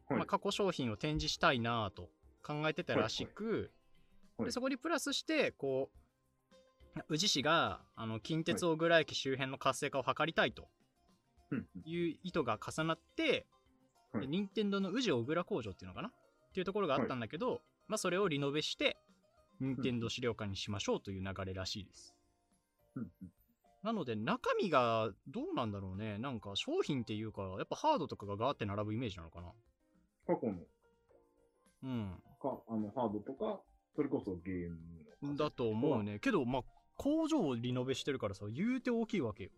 [SPEAKER 1] はい
[SPEAKER 2] まあ、過去商品を展示したいなぁと考えてたらしく、
[SPEAKER 1] はい
[SPEAKER 2] でそこにプラスしてこう宇治市があの近鉄小倉駅周辺の活性化を図りたいと
[SPEAKER 1] うんうん
[SPEAKER 2] いう意図が重なって、
[SPEAKER 1] はい
[SPEAKER 2] で任天堂の宇治小倉工場っていうのかなっていうところがあったんだけど、まあ、それをリノベして任天堂資料館にしましょうという流れらしいです。
[SPEAKER 1] うんうん
[SPEAKER 2] なので中身がどうなんだろうねなんか商品っていうかやっぱハードとかがガーって並ぶイメージなのかな
[SPEAKER 1] 過去の
[SPEAKER 2] うん
[SPEAKER 1] かあのハードとか、それこそゲームの
[SPEAKER 2] だと思うねけどまあ工場をリノベしてるからさ言うて大きいわけよ、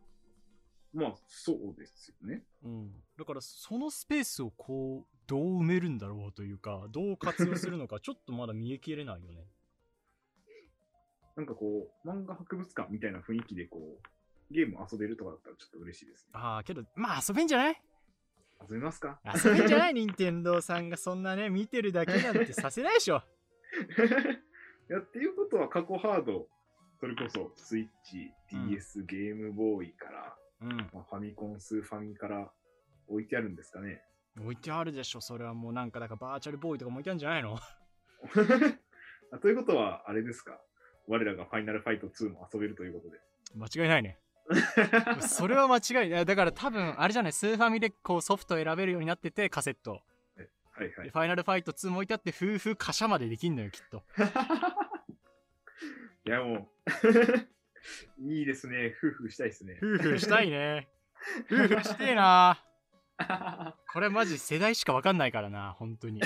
[SPEAKER 1] まあ、そうですよね。
[SPEAKER 2] うん、だからそのスペースをこうどう埋めるんだろうというかどう活用するのかちょっとまだ見えきれないよね
[SPEAKER 1] なんかこう、漫画博物館みたいな雰囲気でこう、ゲーム遊べるとかだったらちょっと嬉しいですね。
[SPEAKER 2] ああけどまあ遊べんじゃない
[SPEAKER 1] 遊びますか
[SPEAKER 2] 遊べんじゃない任天堂さんがそんなね、見てるだけなんてさせないでしょ。
[SPEAKER 1] いやっていうことは過去ハード、それこそスイッチ、
[SPEAKER 2] うん
[SPEAKER 1] DS、ゲームボーイから、
[SPEAKER 2] うん。
[SPEAKER 1] まあ、ファミコン、スーファミから置いてあるんですかね。
[SPEAKER 2] 置いてあるでしょ、それはもうなんか、だからバーチャルボーイとかも置いてあるんじゃないの
[SPEAKER 1] あということは、あれですか我らがファイナルファイト2も遊べるということで。
[SPEAKER 2] 間違いないね。それは間違いない。だから多分、あれじゃない、スーファミでこうソフト選べるようになってて、カセット。
[SPEAKER 1] はいは
[SPEAKER 2] で
[SPEAKER 1] い。
[SPEAKER 2] ファイナルファイト2も置いてあって、夫婦貨車までできんのよ、きっと。
[SPEAKER 1] いやも う、いいですね。夫婦したいですね。
[SPEAKER 2] 夫婦したいね。夫婦してえな。これマジ世代しかわかんないからな、本当に。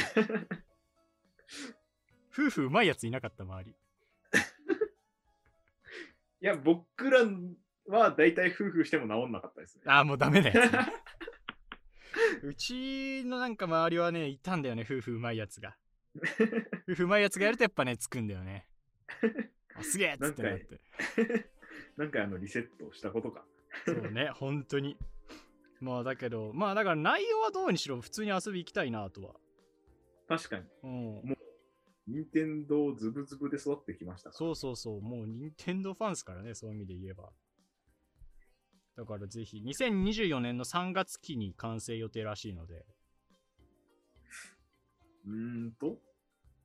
[SPEAKER 2] 夫婦うまいやついなかった、周り。
[SPEAKER 1] いや、僕らは大体夫婦しても治んなかったですね。
[SPEAKER 2] ああ、もうダメだよ。 うちのなんか周りはね、いたんだよね、夫婦うまいや つが。夫婦うまいやつがやるとやっぱね、つくんだよね。あすげえっつってなって。
[SPEAKER 1] なんかあの、リセットしたことか。
[SPEAKER 2] そうね、本当に。まあだけど、まあだから内容はどうにしろ普通に遊び行きたいなとは。
[SPEAKER 1] 確かに。
[SPEAKER 2] うん。
[SPEAKER 1] 任天堂ズブズブで育ってきましたから
[SPEAKER 2] そうそうそう、もう任天堂ファンですからね、そういう意味で言えば。だからぜひ、2024年の3月期に完成予定らしいので、
[SPEAKER 1] うーんと、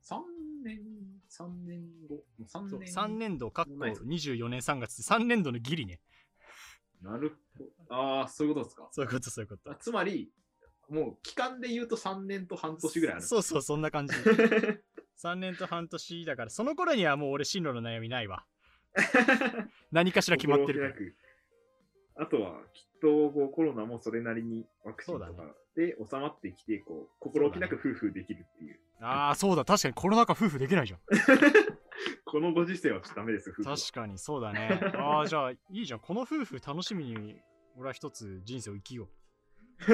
[SPEAKER 1] 3年、3年後。
[SPEAKER 2] そう
[SPEAKER 1] 3年
[SPEAKER 2] 3年度、かっこ
[SPEAKER 1] ないぞ
[SPEAKER 2] 24年3月って3年度のギリね。
[SPEAKER 1] なるほど。ああ、そういうことですか。
[SPEAKER 2] そういうこと、そういうこと
[SPEAKER 1] あ。つまり、もう期間で言うと3年と半年ぐらいある。
[SPEAKER 2] そうそう、そん な感じ。3年と半年だから、その頃にはもう俺、進路の悩み ないわ。何かしら決まってるから。
[SPEAKER 1] 心置きなくあとは、きっとこうコロナもそれなりにワクチンとか
[SPEAKER 2] そうだ
[SPEAKER 1] で収まってきて、こう心置きなく夫婦できるっていう。
[SPEAKER 2] ああ、そうだ、確かにコロナ禍夫婦できないじゃん。
[SPEAKER 1] このご時世はちょっとダメですよ、夫婦は。
[SPEAKER 2] 確かに、そうだね。ああ、じゃあ、いいじゃん。この夫婦楽しみに、俺は一つ人生を生きよ う。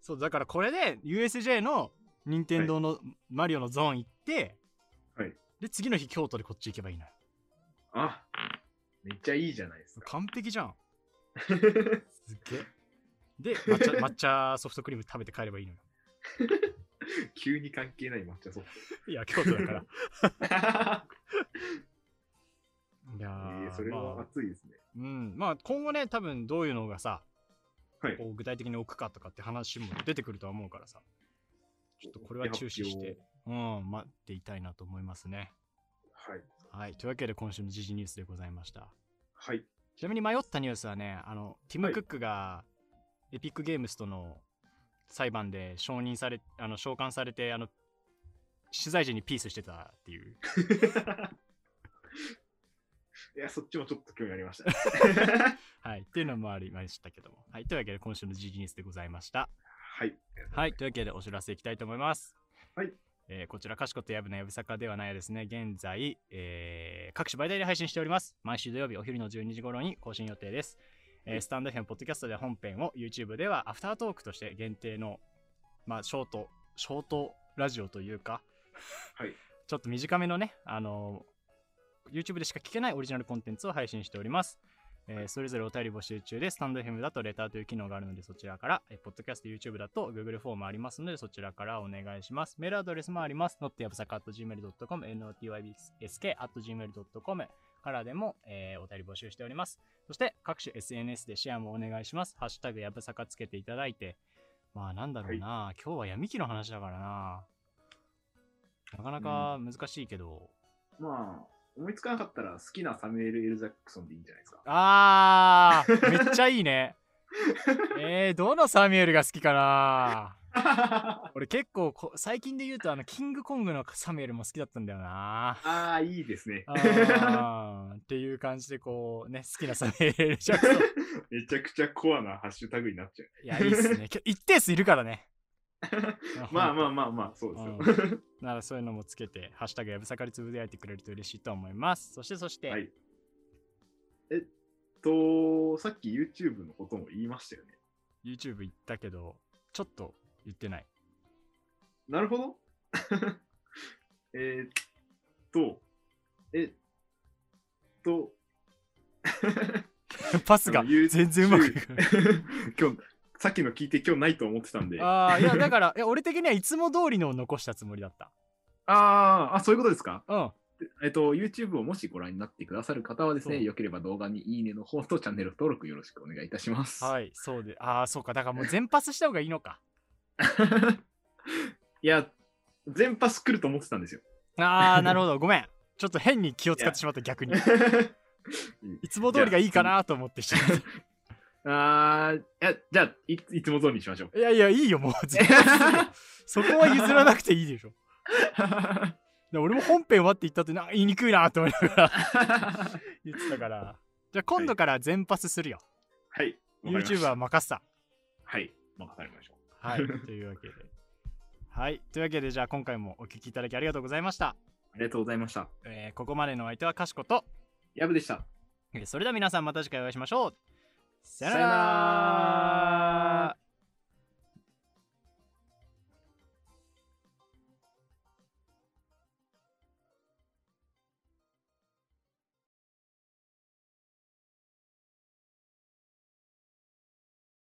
[SPEAKER 2] そう、だからこれで USJ の任天堂のマリオのゾーン行って、
[SPEAKER 1] はい
[SPEAKER 2] で、次の日京都でこっち行けばいいのよ。
[SPEAKER 1] あ、めっちゃいいじゃないですか。
[SPEAKER 2] 完 璧じゃん。すげえ。で、抹茶、 抹茶ソフトクリーム食べて帰ればいいのよ。
[SPEAKER 1] 急に関係ない抹茶ソフ
[SPEAKER 2] いや、京都だ から。
[SPEAKER 1] ト。
[SPEAKER 2] いやー
[SPEAKER 1] えーそれは
[SPEAKER 2] まあ、
[SPEAKER 1] 熱いですね。
[SPEAKER 2] うん。まあ、今後ね、多分どういうのがさ、
[SPEAKER 1] はい
[SPEAKER 2] こう具体的に置くかとかって話も出てくるとは思うからさ、ちょっとこれは中止して、うん、待っていたいなと思いますね。
[SPEAKER 1] はい。
[SPEAKER 2] はい。というわけで、今週の時事ニュースでございました。
[SPEAKER 1] はい。
[SPEAKER 2] ちなみに迷ったニュースはね、あの、ティム・
[SPEAKER 1] はい
[SPEAKER 2] クックが、エピックゲームスとの裁判で承認され、あの、召喚されて、あの、取材時にピースしてたっていう。
[SPEAKER 1] いや、そっちもちょっと興味ありました。
[SPEAKER 2] はい。っていうのもありましたけども。はい。というわけで、今週の GG ニュースでございました。
[SPEAKER 1] はい。
[SPEAKER 2] はい。というわけで、お知らせいきたいと思います。
[SPEAKER 1] はい。
[SPEAKER 2] えーこちら、かしことやぶのやぶさかではないですね。現在、えー各種媒体で配信しております。毎週土曜日お昼の12時頃に更新予定です。えースタンド FM、ポッドキャストでは本編を、YouTube ではアフタートークとして限定の、まあ、ショート、ショートラジオというか、
[SPEAKER 1] はい。
[SPEAKER 2] ちょっと短めのね、あのー YouTube でしか聞けないオリジナルコンテンツを配信しております。えーそれぞれお便り募集中で、スタンド FM だとレターという機能があるので、そちらから、えー、ポッドキャスト、YouTube だと Google フォームありますので、そちらからお願いします。メールアドレスもあります。n o t y a b s a k a g m a i l c o m notybsk.gmail.com からでも、えーお便り募集しております。そして、各種 SNS でシェアもお願いします。ハッシュタグやぶさかつけていただいて、まあ、なんだろうな、今日は闇期の話だからな。なかなか難しいけど、
[SPEAKER 1] まあ、思いつかなかったら好きなサムエル・エル・ジャクソンでいいんじゃないですか。
[SPEAKER 2] あー、めっちゃいいね。 えー、どのサミュエルが好きかな
[SPEAKER 1] あ
[SPEAKER 2] 俺結構こ最近で言うとあのキングコングのサミュエルも好きだったんだよ な
[SPEAKER 1] あー、いいですね。
[SPEAKER 2] あーっていう感じでこうね好きなサミュエルジャクソン
[SPEAKER 1] めちゃくちゃコアなハッシュタグになっちゃう。
[SPEAKER 2] いやいいっ すねきょ一定数いるからね
[SPEAKER 1] まあまあ
[SPEAKER 2] あ
[SPEAKER 1] まあまあ、そうですよ。
[SPEAKER 2] ならそういうのもつけて「ハッシュタグやぶさかりつぶやいてくれると嬉しいと思いますそしてそして、
[SPEAKER 1] はい。えっと、さっき YouTube のことも言いましたよね。
[SPEAKER 2] YouTube 行ったけどちょっと言ってない
[SPEAKER 1] なるほど。 えーっと、えっと、
[SPEAKER 2] パスが
[SPEAKER 1] あの YouTube
[SPEAKER 2] 全然うまくいかない
[SPEAKER 1] 今日、さっきの聞いて今日ないと思ってたんで。あ
[SPEAKER 2] ああ、い や、だから、いや俺的にはいつも通りのを残したつもりだった。
[SPEAKER 1] あーあ、そういうことですか
[SPEAKER 2] うん。
[SPEAKER 1] えっと、YouTube をもしご覧になってくださる方はですね、
[SPEAKER 2] そう
[SPEAKER 1] よければ動画にいいねの方とチャンネル登録よろしくお願いいたします。い、
[SPEAKER 2] はい、そうで。ああ、そうか。だから もう全パスした方がいいのか。
[SPEAKER 1] いや、全パス来ると思ってたんですよ。
[SPEAKER 2] ああ、なるほど。ごめん。ちょっと変に気を使ってしまった、逆に。いつも通りがいいかなと思ってしまっ
[SPEAKER 1] あーいやじゃあい、いつも通りにしまし ょう。
[SPEAKER 2] た。いやいや、いいよ、もう。全パスするよそこは譲らなくていいでしょ。で俺も本編はって言ったってな言いにくいなと思いながら言ってたから。じゃあ今度から全パスするよ。
[SPEAKER 1] はい。わかりました
[SPEAKER 2] YouTube は任せた。
[SPEAKER 1] はい。任されましょう。
[SPEAKER 2] はい。というわけで。はい。というわけで、じゃあ今回もお聞きいただきありがとうございました。
[SPEAKER 1] ありがとうございました。
[SPEAKER 2] えーここまでのお相手はかしこと。
[SPEAKER 1] ヤブでした。
[SPEAKER 2] えーそれでは皆さんまた次回お会いしましょう。さよな
[SPEAKER 1] さよな
[SPEAKER 2] ら
[SPEAKER 1] ら